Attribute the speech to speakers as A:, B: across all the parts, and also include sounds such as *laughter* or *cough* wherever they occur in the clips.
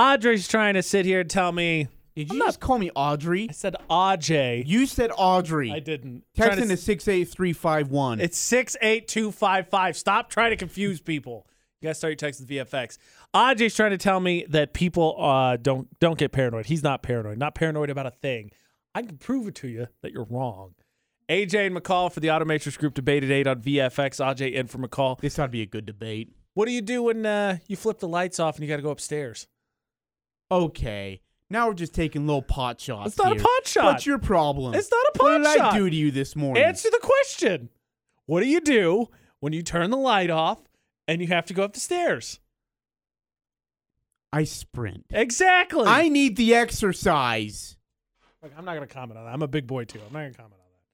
A: Audrey's trying to sit here and tell me.
B: Did you just call me Audrey?
A: I said Aj.
B: You said Audrey.
A: I didn't.
B: Text
A: Trying
B: in
A: to
B: to six eight three five one.
A: It's 68255. Stop trying to confuse people. You gotta start your text with VFX. Ajay's trying to tell me that people uh, don't don't get paranoid. He's not paranoid. Not paranoid about a thing. I can prove it to you that you're wrong. AJ and McCall for the Automatrix Group debate at 8 on VFX. Aj in for McCall.
B: This ought to be a good debate.
A: What do you do when uh, you flip the lights off and you gotta go upstairs?
B: Okay. Now we're just taking little pot shots.
A: It's not a
B: here.
A: pot shot.
B: What's your problem?
A: It's not a
B: What
A: pot
B: did
A: shot.
B: I do to you this morning?
A: Answer the question. What do you do when you turn the light off and you have to go up the stairs?
B: I sprint.
A: Exactly.
B: I need the exercise.
A: Look, I'm not going to comment on that. I'm a big boy too. I'm not going to comment on that.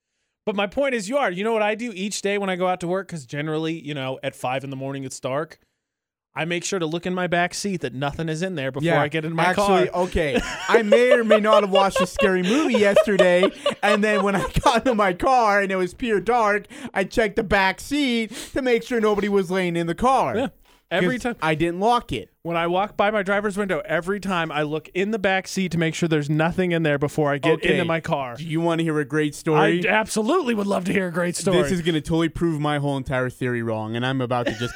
A: But my point is, you are. You know what I do each day when I go out to work? Because generally, you know, at five in the morning it's dark. I make sure to look in my back seat that nothing is in there before I get in my
B: actually, oh,
A: car. *laughs*
B: okay. I may or may not have watched a scary movie yesterday, and then when I *laughs* got in my car and it was pure dark, I checked the back seat to make sure nobody was laying in the car.
A: Yeah. Every
B: 'Cause
A: time
B: I didn't lock it.
A: when I walk by my driver's window, every time I look in the back seat to make sure there's nothing in there before I get
B: Okay.
A: into my car.
B: Do you want to hear a great
A: I
B: story?
A: absolutely would love to hear a great story.
B: This is going to totally prove my whole entire theory wrong, and I'm about to just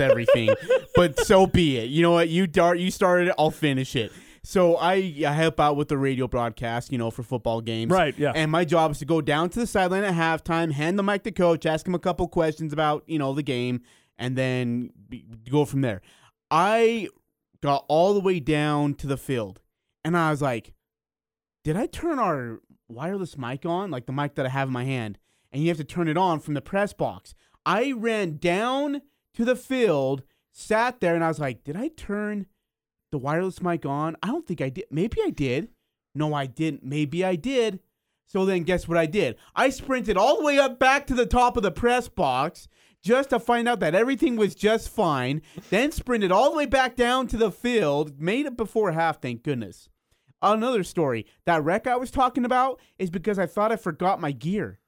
A: *laughs*
B: everything. But so be it. You know what? You dart. You started it. I'll finish it. So I, I help out with the radio broadcast, you know, for football games.
A: Right, yeah.
B: And my job is to go down to the sideline at halftime, hand the mic to coach, ask him a couple questions about you know the game, and then be- go from there. I got all the way down to the field, and I was like, did I turn our wireless mic on? Like the mic that I have in my hand. And you have to turn it on from the press box. I ran down to the field, sat there, and I was like, did I turn the wireless mic on? I don't think I did. Maybe I did. No, I didn't. Maybe I did. So then guess what I did? I sprinted all the way up back to the top of the press box just to find out that everything was just fine. Then sprinted all the way back down to the field, made it before half, thank goodness. Another story, that wreck I was talking about is because I thought I forgot my gear.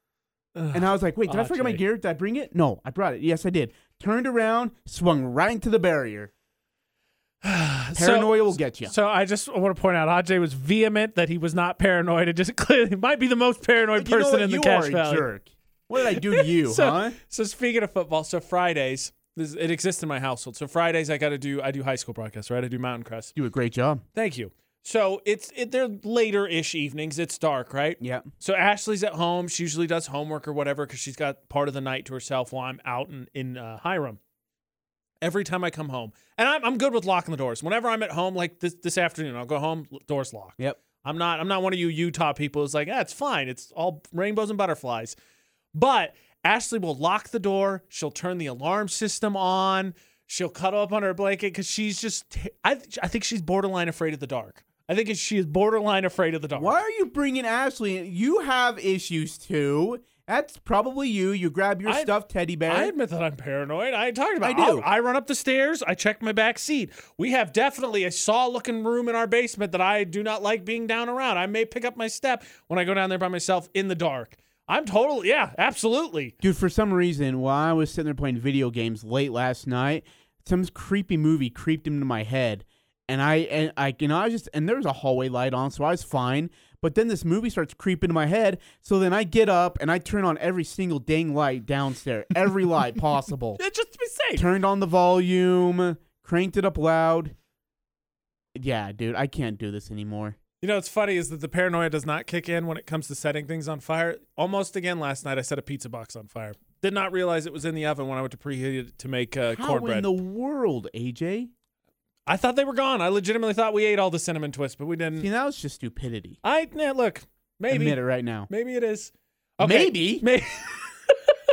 B: And I was like, wait, did I forget my
A: Ajay.
B: gear? Did I bring it? No, I brought it. Yes, I did. Turned around, swung right into the barrier. Paranoia will get you.
A: So I just want to point out, Ajay was vehement that he was not paranoid. *laughs* It just clearly might be the most paranoid
B: You know
A: person
B: what?
A: in the
B: you
A: Cash
B: are a
A: Valley. *laughs*
B: jerk. What did I do to you,
A: so,
B: huh?
A: so speaking of football, so Fridays, this, it exists in my household. So Fridays, I got to do I do high school broadcasts, right? I do Mountain Crest.
B: Do a great job.
A: Thank you. So it's it, they're later ish evenings. It's dark, right?
B: Yeah.
A: So Ashley's at home. She usually does homework or whatever because she's got part of the night to herself while I'm out in, in uh, Hiram. Every time I come home, and I'm, I'm good with locking the doors. Whenever I'm at home, like this this afternoon, I'll go home, l- doors locked.
B: Yep.
A: I'm not I'm not one of you Utah people who's like, ah, it's fine. It's all rainbows and butterflies. But Ashley will lock the door. She'll turn the alarm system on. She'll cuddle up on her blanket because she's just. I I think she's borderline afraid of the dark. I think she is borderline afraid of the dark.
B: Why are you bringing Ashley in? You have issues too. That's probably you. You grab your
A: I-
B: stuffed teddy bear.
A: I admit that I'm paranoid. I talked about.
B: I
A: it.
B: do.
A: I'll- I run up the stairs. I check my back seat. We have definitely a saw-looking room in our basement that I do not like being down around. I may pick up my step when I go down there by myself in the dark. I'm total. Yeah, absolutely.
B: Dude, for some reason, while I was sitting there playing video games late last night, some creepy movie creeped into my head. And I and I you know I was just and there was a hallway light on, so I was fine. But then this movie starts creeping into my head. So then I get up and I turn on every single dang light downstairs. Every light possible.
A: Yeah, just to be safe.
B: *laughs* Turned on the volume, cranked it up loud. Yeah, dude, I can't do this anymore.
A: You know, what's funny is that the paranoia does not kick in when it comes to setting things on fire. Almost again last night, I set a pizza box on fire. Did not realize it was in the oven when I went to preheat it to make uh,
B: How in
A: cornbread.
B: the world, AJ?
A: I thought they were gone. I legitimately thought we ate all the cinnamon twists, but we didn't.
B: See, that was just stupidity.
A: I yeah, look, maybe
B: Admit it right now.
A: Maybe it is.
B: Maybe?
A: Maybe. *laughs*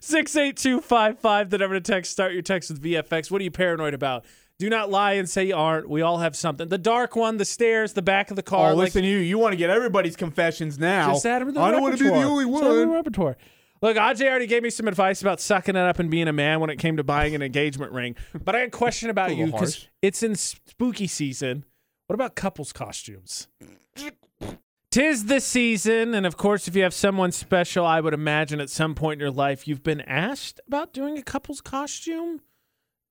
A: Six eight two five five. The number to text. Start your text with VFX. What are you paranoid about? Do not lie and say you aren't. We all have something. The dark one, the stairs, the back of the car.
B: oh,
A: like-
B: listen, to you you want to get everybody's confessions now.
A: Just add 'em to the
B: I don't
A: want
B: want to be the only one.
A: repertoire. Look, Ajay already gave me some advice about sucking it up and being a man when it came to buying an engagement ring. But I had a question about
B: A
A: you
B: little
A: because
B: harsh.
A: it's in spooky season. What about couples costumes? Tis the season, and of course, if you have someone special, I would imagine at some point in your life you've been asked about doing a couple's costume.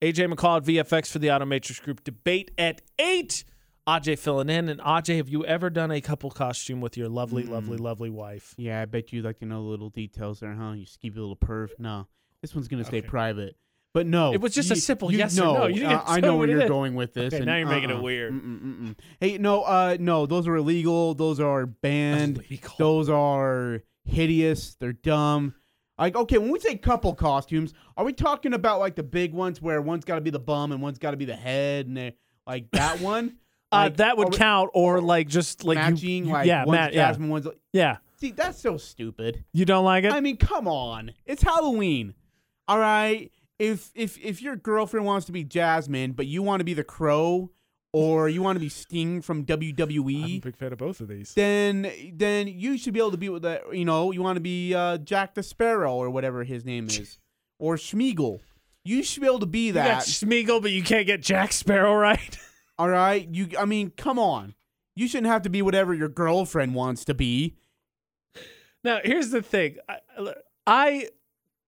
A: AJ McCall at VFX for the Automatrix Group. Debate at 8. AJ filling in. And AJ, have you ever done a couple costume with your lovely,
B: Mm.
A: lovely, lovely wife?
B: Yeah, I bet you'd like to know the little details there, huh? You skeevy little perv. No, this one's gonna stay
A: Okay.
B: private. But no,
A: It was just a simple yes or
B: know,
A: no. You didn't
B: uh,
A: have to
B: I
A: tell
B: know
A: me
B: where
A: what it
B: you're
A: is.
B: going with this.
A: Okay,
B: and
A: now you're making it
B: uh-uh.
A: weird.
B: Mm-mm, mm-mm. Hey, no, uh, no, those are illegal. Those are banned.
A: Illegal.
B: Those are hideous. They're dumb. Like, okay, when we say couple costumes, are we talking about like the big ones where one's got to be the bum and one's got to be the head and they,
A: *laughs*
B: like that one?
A: Uh,
B: Like,
A: that
B: are
A: would
B: we
A: count, or like just like you-
B: matching,
A: you,
B: like
A: yeah,
B: one's
A: Matt, yeah,
B: Jasmine, one's.
A: yeah.
B: See, that's so stupid.
A: You don't like it?
B: I mean, come on. It's Halloween. All right. If if if your girlfriend wants to be Jasmine, but you want to be the Crow, or you want to be Sting from WWE,
A: big fan of both of these.
B: then then you should be able to be with that. You know, you want to be uh, Jack the Sparrow or whatever his name is, or Schmeagle. You should be able to be
A: You got
B: that.
A: Smeagol, but you can't get Jack Sparrow right.
B: all right. You. I mean, come on. You shouldn't have to be whatever your girlfriend wants to be.
A: Now, here's the thing. I, I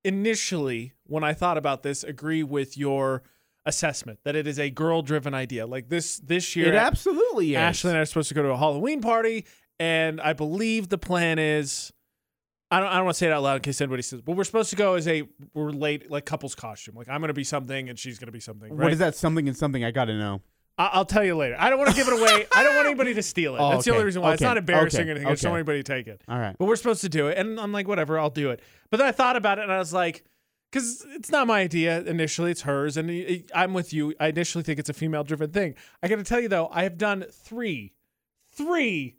A: initially, when I thought about this, agree with your assessment that it is a girl-driven idea. Like this this year,
B: it absolutely is.
A: Ashley and I are supposed to go to a Halloween party, and I believe the plan is. I don't, I don't want to say it out loud in case anybody says, but we're supposed to go as a relate like couples costume. Like I'm going to be something and she's going to be something. Right?
B: What is that? Something and something. I got to know.
A: I- I'll tell you later. I don't want to give it away. I don't want anybody to steal it.
B: *laughs* Oh,
A: That's the only
B: okay.
A: reason why. It's
B: Okay.
A: not embarrassing
B: Okay.
A: or anything. I just don't
B: Okay.
A: want anybody to take it.
B: All right.
A: But we're supposed to do it. And I'm like, whatever, I'll do it. But then I thought about it and I was like, because it's not my idea initially, it's hers. And i- i- I'm with you. I initially think it's a female driven thing. I got to tell you though, I have done three, three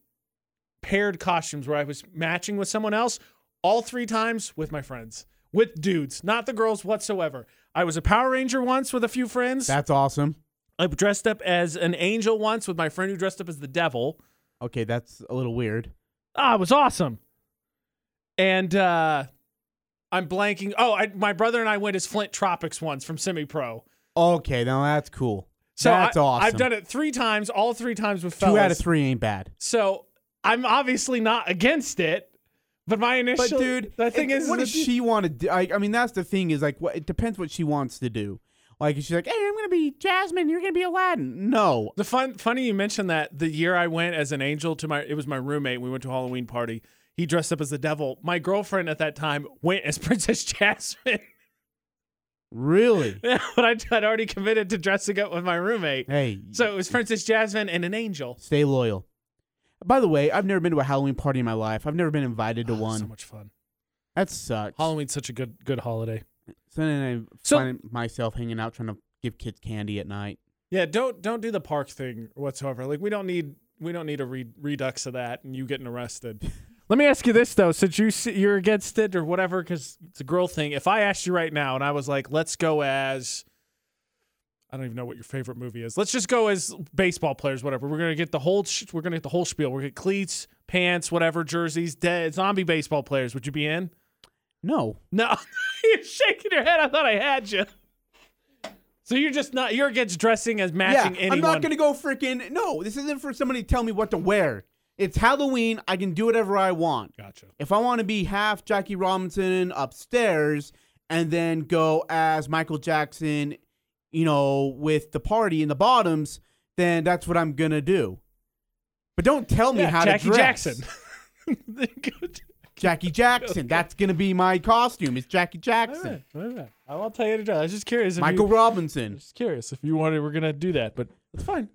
A: paired costumes where I was matching with someone else all three times with my friends, with dudes, not the girls whatsoever. I was a Power Ranger once with a few friends.
B: That's awesome.
A: I dressed up as an angel once with my friend who dressed up as the devil.
B: Okay, that's a little weird.
A: Ah, it was awesome. And uh I'm blanking. Oh, I, my brother and I went as Flint Tropics once from Semi Pro.
B: Okay, now that's cool.
A: So
B: that's
A: I,
B: awesome.
A: I've done it three times, all three times with
B: Two
A: fellas.
B: out of three ain't bad.
A: So I'm obviously not against it, but my initial.
B: But dude,
A: the thing
B: it-
A: is,
B: what
A: is
B: does
A: that-
B: she want to do? I, I mean, that's the thing is like, what, it depends what she wants to do. Like, if she's like, hey, I'm gonna be Jasmine. You're gonna be Aladdin. No,
A: The fun, funny you mentioned that the year I went as an angel to my, it was my roommate. We went to a Halloween party. He dressed up as the devil. My girlfriend at that time went as *laughs* Princess Jasmine, *laughs*
B: *laughs* really.
A: but I, I'd already committed to dressing up with my roommate.
B: hey,
A: So it was Princess Jasmine and an angel.
B: stay loyal. By the way, I've never been to a Halloween party in my life. I've never been invited to
A: Oh,
B: one.
A: So much fun.
B: that sucks.
A: Halloween's such a good good holiday.
B: So then I
A: So-
B: find myself hanging out trying to give kids candy at night.
A: Yeah, don't don't do the park thing whatsoever. Like we don't need we don't need a re- redux of that and you getting arrested. *laughs* Let me ask you this though, since you s- you're against it or whatever cuz it's a girl thing. If I asked you right now and I was like, "Let's go as I don't even know what your favorite movie is. Let's just go as baseball players, whatever. We're gonna get the whole. Sh- we're gonna get the whole spiel. We're gonna get cleats, pants, whatever, jerseys, dead zombie baseball players. Would you be in?
B: No,
A: No, *laughs* you're shaking your head. I thought I had you. So you're just not. You're against dressing as matching
B: yeah,
A: anyone.
B: I'm not gonna go freaking. No, this isn't for somebody to tell me what to wear. It's Halloween. I can do whatever I want.
A: Gotcha.
B: If I want to be half Jackie Robinson upstairs and then go as Michael Jackson, you know, with the party in the bottoms, then that's what I'm gonna do. But don't tell me
A: Yeah,
B: how
A: Jackie
B: to dress.
A: Jackson. Good. *laughs*
B: Jackie Jackson. That's gonna be my costume. It's Jackie
A: All
B: Jackson.
A: right, all *laughs* right. I won't tell you how to dress. I was just curious. If
B: Michael
A: You,
B: Robinson.
A: just curious if you wanted. We're gonna do that, but it's fine.